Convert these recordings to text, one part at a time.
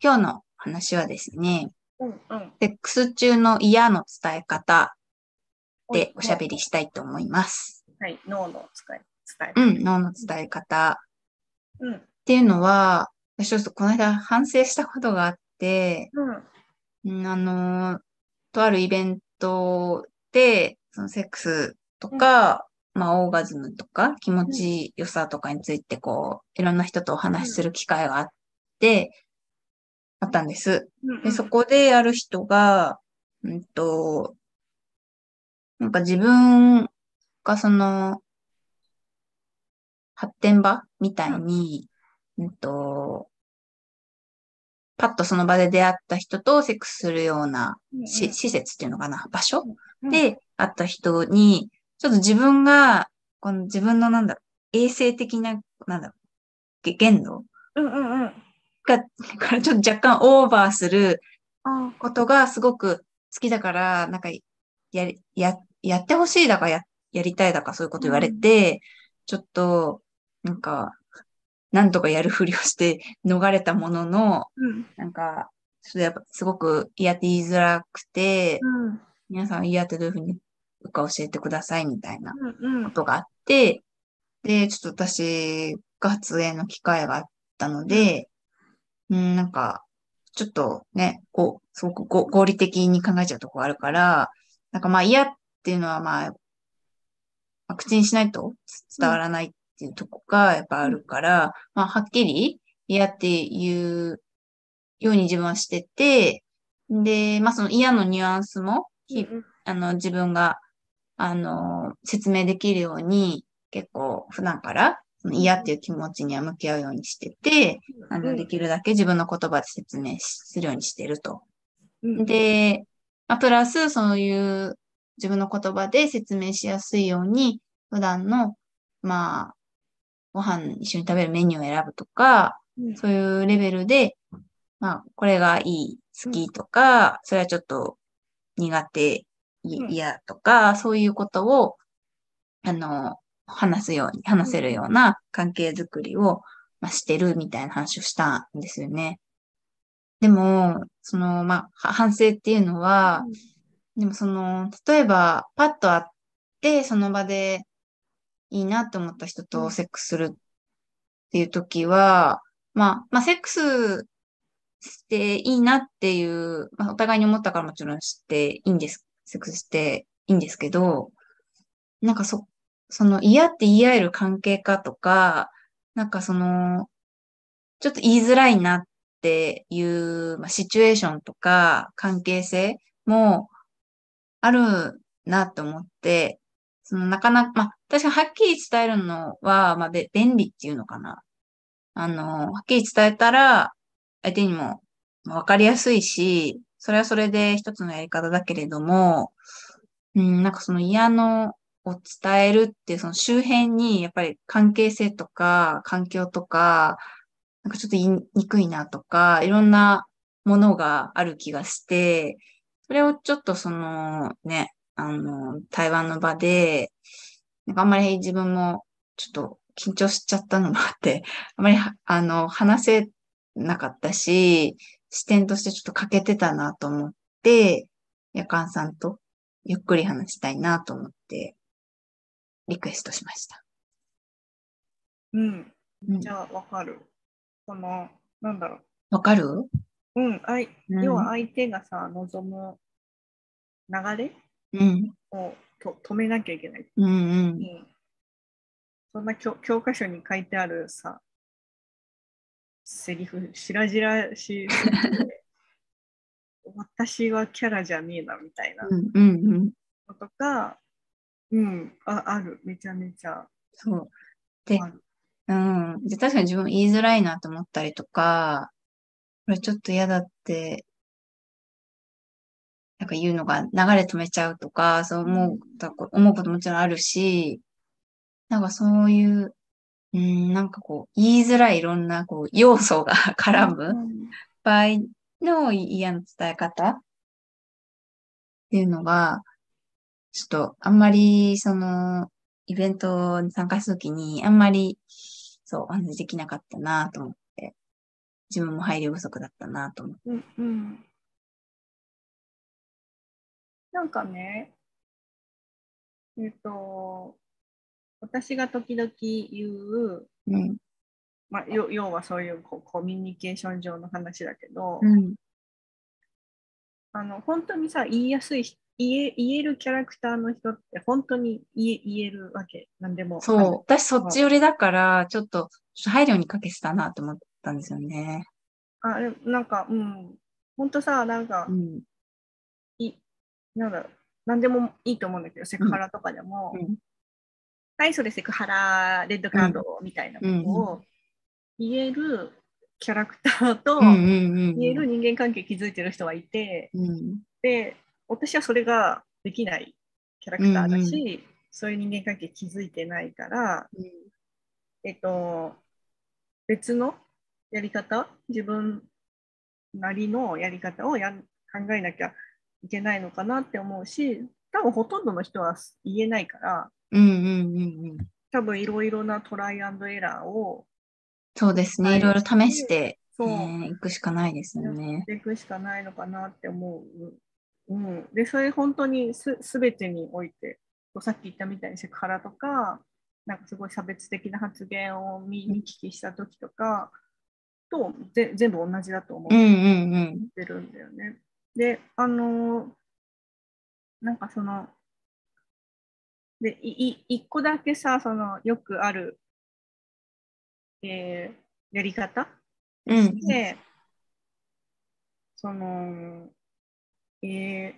今日の話はですね、うんうん。セックス中の嫌の伝え方でおしゃべりしたいと思います。はい、脳の使い、伝えう方。ん、脳の伝え方っうん。ていうのは、私ちょっとこの間反省したことがあって、うん。うんあのー、とあるイベントで、そのセックスとか、まあ、オーガズムとか、気持ち良さとかについて、こう、いろんな人とお話しする機会があって、あったんです。うんうん。で、そこである人が、うんと、なんか自分がその、発展場みたいに、うんと、パッとその場で出会った人とセックスするようなうんうん、し施設っていうのかな、場所うんで会った人に、ちょっと自分が、この自分のなんだろう、衛生的な、なんだろう、げ限度うんうんうん。あが、からちょっと若干オーバーするあ。ことがすごく好きだから、なんか、やり、や、やってほしいだかや、やりたいだかそういうこと言われて、ちょっと、なんか、なんとかやるふりをして 逃れたものの、うん。なんか、ちょっとやっぱすごく嫌って言いづらくて、うん。皆さん嫌ってどういうふうに言うか教えてくださいみたいなうん。うこん。とがあって、で、ちょっと私が発言の機会があったので、うん、なんか、ちょっとね、こう、すごくご合理的に考えちゃうとこがあるから、なんかまあ嫌っていうのはまあ、まあ口にしないと伝わらないっていうとこがやっぱあるから、まあはっきり嫌っていうように自分はしてて、で、まあその嫌のニュアンスも、ひうんあの、自分が、あの、説明できるように、結構普段からその嫌っていう気持ちには向き合うようにしてて、あの、できるだけ自分の言葉で説明しするようにしてると。うん、で、まあ、プラス、そういう自分の言葉で説明しやすいように、普段の、まあ、ご飯一緒に食べるメニューを選ぶとか、うんそういうレベルで、まあ、これがいい、好きとか、それはちょっと苦手、いうん嫌とか、そういうことを、あの、話すように、話せるような関係づくりを、まあ、してるみたいな話をしたんですよね。でも、その、まあ、は反省っていうのは、でもその、例えば、パッと会って、その場でいいなと思った人うとんセックスするっていう時は、まあ、まあ、セックスしていいなっていう、まあ、お互いに思ったからもちろんしていいんです。セックスしていいんですけど、なんかそ、その嫌って言い合える関係かとか、なんかその、ちょっと言いづらいなっていう、まあ、シチュエーションとか関係性もあるなと思って、そのなかなか、まあ、確かにはっきり伝えるのは、まあ、べ便利っていうのかな。あの、はっきり伝えたら、相手にもまあわかりやすいし、それはそれで一つのやり方だけれども、うん、なんかその嫌のを伝えるっていう、その周辺に、やっぱり関係性とか、環境とか、なんかちょっと言いにくいなとか、いろんなものがある気がして、それをちょっとそのね、あの、台湾の場で、なんかあんまり自分もちょっと緊張しちゃったのもあって、 あまりは、あの、話せなかったし、視点としてちょっと欠けてたなと思って、夜間さんとゆっくり話したいなと思って、リクエストしました。うん。うんじゃあ、わかる。その、なんだろわかるう。うん。あいうん要は相手がさ、望む流れうん。をと止めなきゃいけない。うんうん。そんな教教科書に書いてあるさ、セリフ、しらじらしすぎて私はキャラじゃねえなみたいなうんうんうん。のとか、うん、あある、めちゃめちゃそう。である。うん。で、確かに自分言いづらいなと思ったりとか、これちょっと嫌だって、なんか言うのが流れ止めちゃうとか、そう思うこと、思うこともちろんあるし、なんかそういう、うん、なんかこう、言いづらいいろんなこう要素が 絡む場合の嫌の伝え方っていうのが、ちょっとあんまりそのイベントに参加するときにあんまりそうお話できなかったなと思って、自分も配慮不足だったなと思って。うんうん。なんかね、えっ、と、私が時々言う、うん。まあ、よ要はそういうこうコミュニケーション上の話だけど、うん。あの本当にさ言いやすい人言え言えるキャラクターの人って本当に言え言えるわけ何でもそう。私そっち寄りだから、ちょっと、ちょっと配慮にかけてたなと思ったんですよね。あでもなんかうん本当さなんか、うん。いなんだろう何でもいいと思うんだけどセクハラとかでも、うんはいそれセクハラレッドカードみたいなことを言えるキャラクターと、うんうんうん。言える人間関係築いてる人がいて、うん。で、私はそれができないキャラクターだし、うそういう人間関係築いてないから、えっと、別のやり方、自分なりのやり方をやん考えなきゃいけないのかなって思うし、多分ほとんどの人は言えないから、うんうんうんうん。多分いろいろなトライアンドエラーをそうですはね。いいろいろ試して、そうね、行くしかないですよやっね。ていくしかないのかなって思う。うん、で、それ本当にすべてにおいて、さっき言ったみたいにセクハラとか、なんかすごい差別的な発言を見見聞きした時とかとぜ全部同じだと思うんうっんうん。てるんだよね。で、あのーなんかその、で、いい一個だけさ、そのよくある、えーやり方うん。で、その、えーっ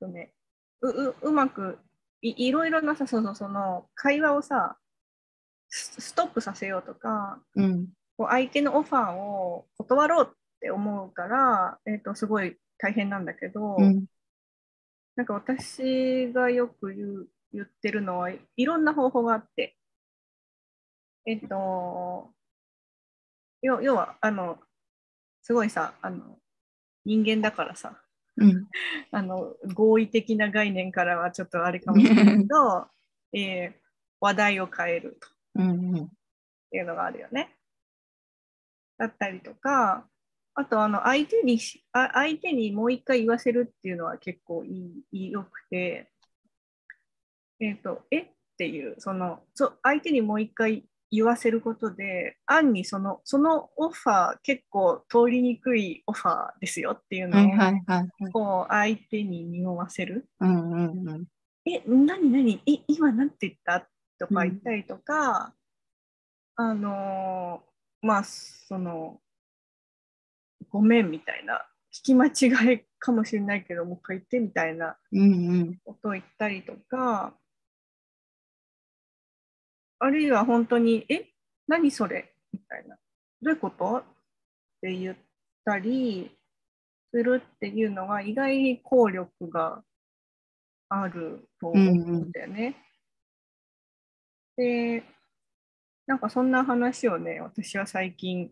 とね、うううまくい、いろいろなさ、その、その、会話をさ、スストップさせようとか、うん。こう相手のオファーを断ろうって思うから、えーっと、すごい大変なんだけど、うん。なんか私がよく言う言ってるのはい、いろんな方法があって、えっと、要要は、あの、すごいさ、あの、人間だからさ、うん。あの、合意的な概念からはちょっとあれかもしれないけど、えー話題を変えるとうんうん。っていうのがあるよね。だったりとか、あとあの相手にしあ相手にもう一回言わせるっていうのは結構いいいいよくて、えっ、と、えっていう、そのそ相手にもう一回言わせることで、案にそのそのオファー、結構通りにくいオファーですよっていうはいのを、はいはい。こう相手に匂わせる。うんうんうん。え、何何え、今なんて言ったとか言ったりとか、あのーまあ、その、ごめんみたいな、聞き間違いかもしれないけど、もう一回言ってみたいなうんうん。ことを言ったりとか、あるいは本当に、え、何それみたいな、どういうことって言ったりするっていうのが意外に効力があると思うんだよね。で、なんかそんな話をね、私は最近、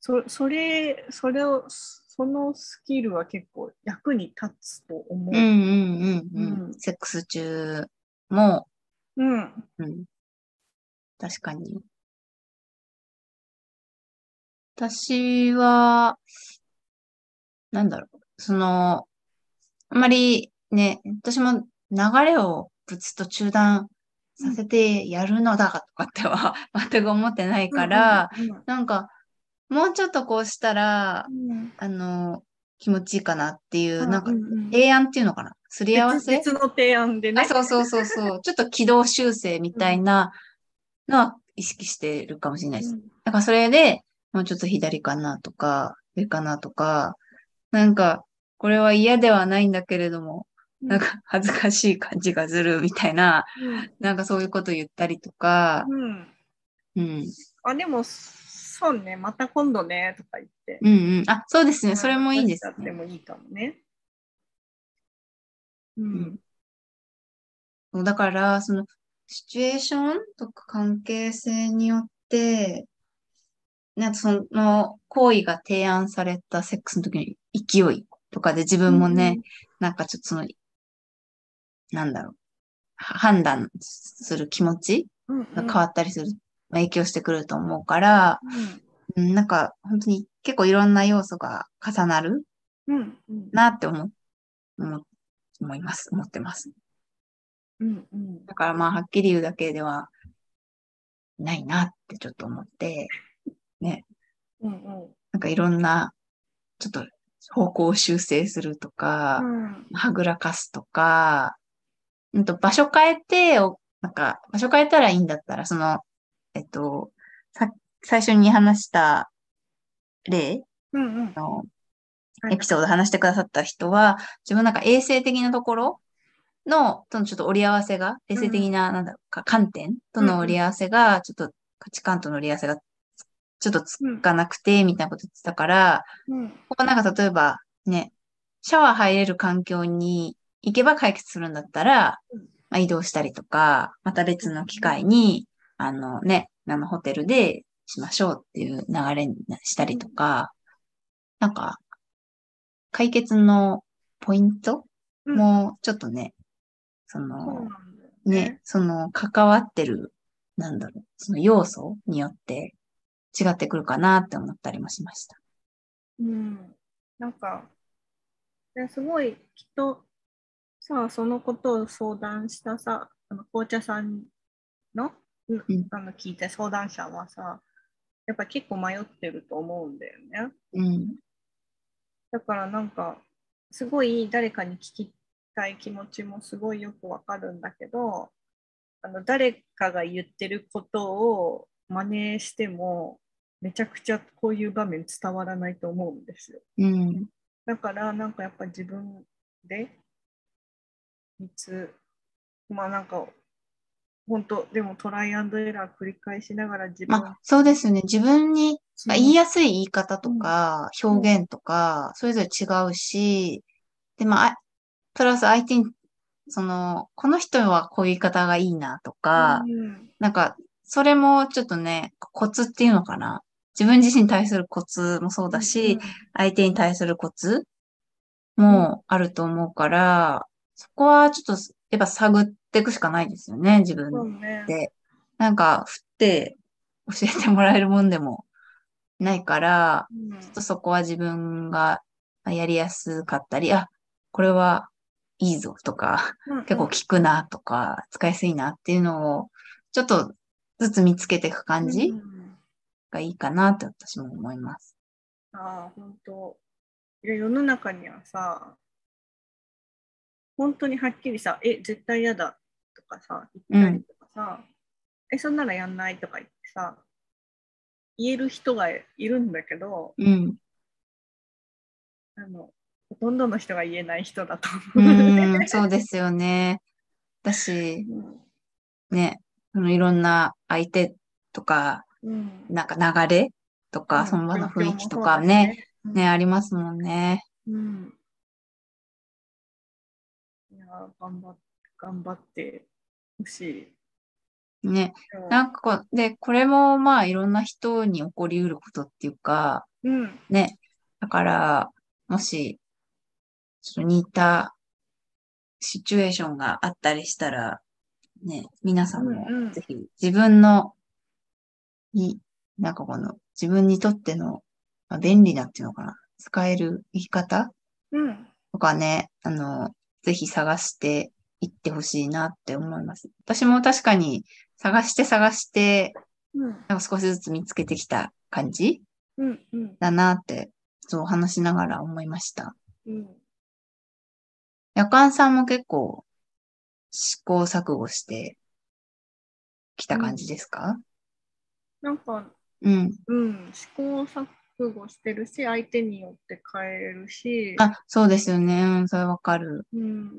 そそれ、それを、そのスキルは結構役に立つと思う。うんうんうんううんん。セックス中も、うん、うん。確かに。私は、なんだろう。その、あまりね、私も流れをぶつっと中断させてやるのだとかっては 全く思ってないから、なんか、もうちょっとこうしたらう、ん、うんあの、気持ちいいかなっていう、なんかう、う提案っていうのかなすり合わせ別別の提案でね。あ、そうそうそうそう。ちょっと軌道修正みたいなのは意識してるかもしれないです。だからそれで、もうちょっと左かなとか、上かなとか、なんか、これは嫌ではないんだけれども、うんなんか恥ずかしい感じがするみたいな、うんなんかそういうこと言ったりとか、うん。うん。あ、でも、そうね、また今度ね、とか言って。うんうん。あ、そうですね。それもいいです話しちゃってね。もいいかもね。ううんん。そうだから、その、シチュエーションとか関係性によって、なんかその行為が提案されたセックスの時の勢いとかで自分もね、なんかちょっとその、なんだろう、は判断する気持ちうん、うんが変わったりする、まあ影響してくると思うから、うんうんなんか、本当に結構いろんな要素が重なるうん、うん、なって思う、思思います。思ってます。うん、うん。だからまあ、はっきり言うだけではないなってちょっと思って、うんうんなんかいろんな、ちょっと方向を修正するとか、うんはぐらかすとか、うんと場所変えて、おなんか、場所変えたらいいんだったら、その、えっと、さ最初に話した例うんうんのはいエピソード話してくださった人は、自分なんか衛生的なところの、とのちょっと折り合わせが、衛生的な、なんだろうか、観点との折り合わせが、ちょっと価値観との折り合わせが、ちょっとつかなくて、みたいなこと言ってたから、うんここなんか例えばね、シャワー入れる環境に行けば解決するんだったらうん、まあ、移動したりとか、また別の機会に、あのね、あのホテルでしましょうっていう流れにしたりとか、なんか、解決のポイントうんもちょっとね、そそうの、なんだよね、その関わってる、なんだろう、その要素によって違ってくるかなって思ったりもしました。うんなんか、ですごいきっとさ、そのことを相談したさ、あの紅茶さんの,、うんうんあの聞いた相談者はさ、やっぱ結構迷ってると思うんだよね。うん。だからなんか、すごい誰かに聞きたい気持ちもすごいよくわかるんだけど、あの誰かが言ってることを真似しても、めちゃくちゃこういう場面伝わらないと思うんですよ。うん。だから、なんかやっぱ自分で見つ、まあなんか、本当でもトライアンドエラー繰り返しながら自分まあ、そうですよね。自分に、そまのあ言いやすい言い方とか、表現とか、それぞれ違うし、で、まああ、プラス相手に、その、この人はこういう言い方がいいなとか、うんなんか、それもちょっとね、コツっていうのかな。自分自身に対するコツもそうだし、相手に対するコツもあると思うから、そこはちょっと、やっぱ探っていくしかないですよね、自分うんでそうね。で、なんか、振って教えてもらえるもんでもないから、うんちょっとそこは自分がやりやすかったり、あ、これはいいぞとか、結構効くなとか、使いやすいなっていうのを、ちょっとずつ見つけていく感じうんがいいかなって私も思います。ああ、本当。いや、世の中にはさ、本当にはっきりさ、え、絶対嫌だとかさ、言ったりとかさ、え、そんならやんないとか言ってさ、言える人がいるんだけど、うん。あの、ほとんどの人が言えない人だとう思うね。ーん、そうですよね。だし、うんね、そのいろんな相手とか、うんなんか流れとうか、んその場の雰囲気と状況もそうかだしね、。ね、ありますもんね。うん。いやー、頑張っ頑張ってほしい。ね。でもなんかこう、で、これもまあいろんな人に起こりうることっていうか、うん。ね。だから、もし、ちょっと似たシチュエーションがあったりしたら、ね、皆さんもうんうんぜひ自分の、に、なんかこの、自分にとっての、まあ、便利なっていうのかな、使える生き方うん。とかね、あの、ぜひ探していってほしいなって思います。私も確かに探して探して、うん。なんか少しずつ見つけてきた感じうん。うん。だなって、そう話しながら思いました。うん。夜間さんも結構試行錯誤してきた感じですかなんか、うん。うん、試行錯誤してるし、相手によって変えるし、あ、そうですよね。うん、それわかる。 うん。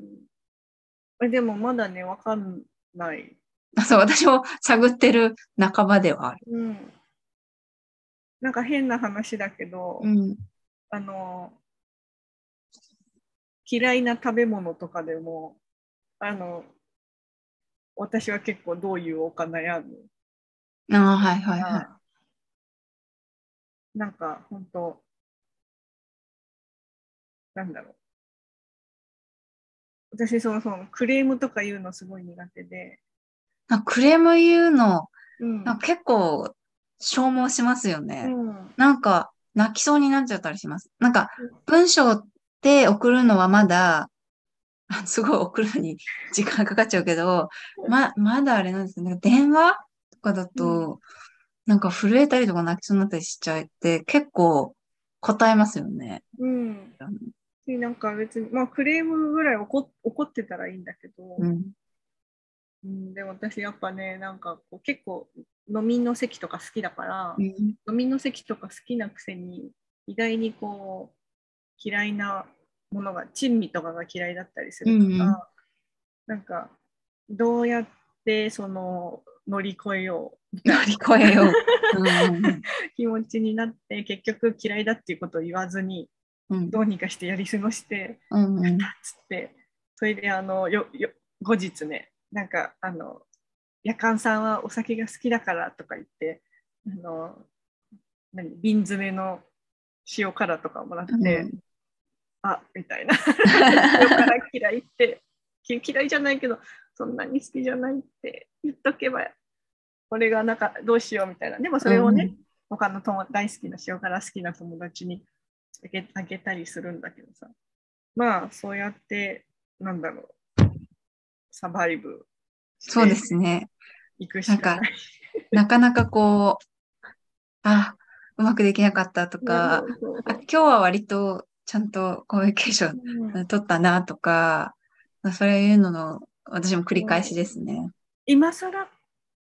えでもまだね、わかんない。あそう、私も探ってる半ばではある。うん。なんか変な話だけど、うん。あの、嫌いな食べ物とかでも、あの、私は結構どういうおか悩むああ、はいはいはい。はい、なんか本当なんだろう私そもそもクレームとか言うのすごい苦手で、あクレーム言うの、うんなんか結構消耗しますよね。うん。なんか、泣きそうになっちゃったりします。なんか、文章って送るのはまだ、 あすごい送るのに時間かかっちゃうけど、ま、まだあれなんですけど、なんか電話とかだと、なんか震えたりとか泣きそうになったりしちゃって、結構答えますよね。うん。でなんか別に、まあクレームぐらい怒怒ってたらいいんだけど、うん。うん、でも私やっぱねなんかこう結構飲みの席とか好きだから、うん飲みの席とか好きなくせに意外にこう嫌いなものが珍味とかが嫌いだったりするから、うんうんなんかどうやってその乗り越えようみ乗たいり越えよう。うんな気持ちになって結局嫌いだっていうことを言わずにうんどうにかしてやり過ごしてうん。うん。つって、それであのよよ後日ね、なんかあの夜間さんはお酒が好きだからとか言って、あの何瓶詰めの塩辛とかもらって、うんあみたいな 塩辛嫌いってき嫌いじゃないけどそんなに好きじゃないって言っとけばこれがなんかどうしようみたいなでもそれをね、うん他の友大好きな塩辛好きな友達にあげあげたりするんだけどさまあそうやってなんだろうサバイブしてそうですね。いくしかないなかなかこう、あ、うまくできなかったとか、そうそうあそう今日は割とちゃんとコミュニケーショうんン取ったなとか、そういうのの私も繰り返しですね。今更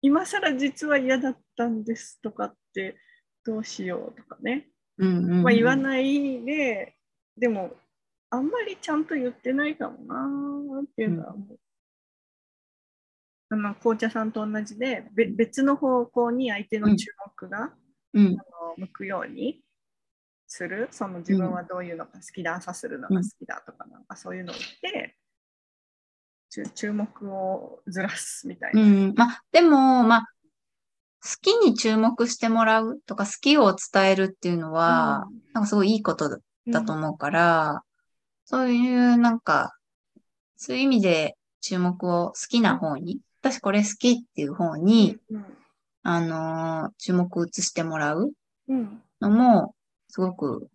今更実は嫌だったんですとかってどうしようとかね、うんうん、まあ、言わないで、でもあんまりちゃんと言ってないかもなーっていうのは思う、まあ、紅茶さんと同じでべ別の方向に相手の注目が、うんあの向くようにするその自分はどういうのが好きだ、朝するのが好きだとかなんかそういうのを言って、ちゅ注目をずらすみたいうな。ん、まあ、でも、まあ、好きに注目してもらうとか、好きを伝えるっていうのは、なんかすごいいいことだだと思うから、そういうなんか、そういう意味で注目を好きな方に、私これ好きっていう方に、うんあのー注目を移してもらううんのも、すごく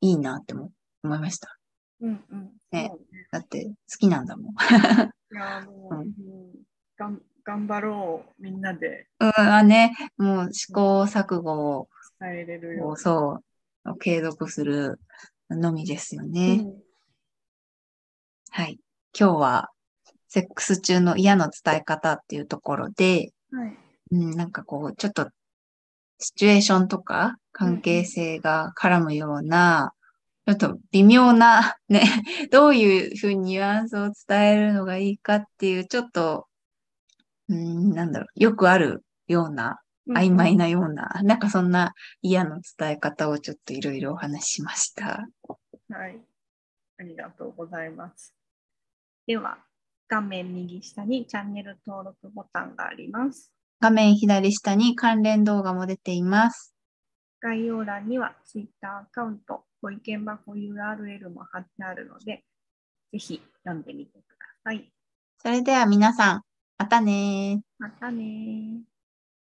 いいなって思思いました。うんうんねそうねだって、好きなんだもん。 いやもう、うんうんがん頑張ろうみんなでうん、あね、もう試行錯誤伝えれるよを、そう、継続するのみですようね。に。はい。今日は、セックス中の嫌の伝え方っていうところで、はいうん、なんかこう、ちょっと、シチュエーションとか関係性が絡むような、ちょっと微妙な、 ね、どういうふうにニュアンスを伝えるのがいいかっていう、ちょっと、うん、なんだろう、よくあるような、曖昧なような、なんかそんな嫌の伝え方をちょっといろいろお話ししました。はい。ありがとうございます。では、画面右下にチャンネル登録ボタンがあります。画面左下に関連動画も出ています。概要欄には Twitter アカウント、ご意見箱 URL も貼ってあるので、ぜひ読んでみてください。それでは皆さん、またねー。またねー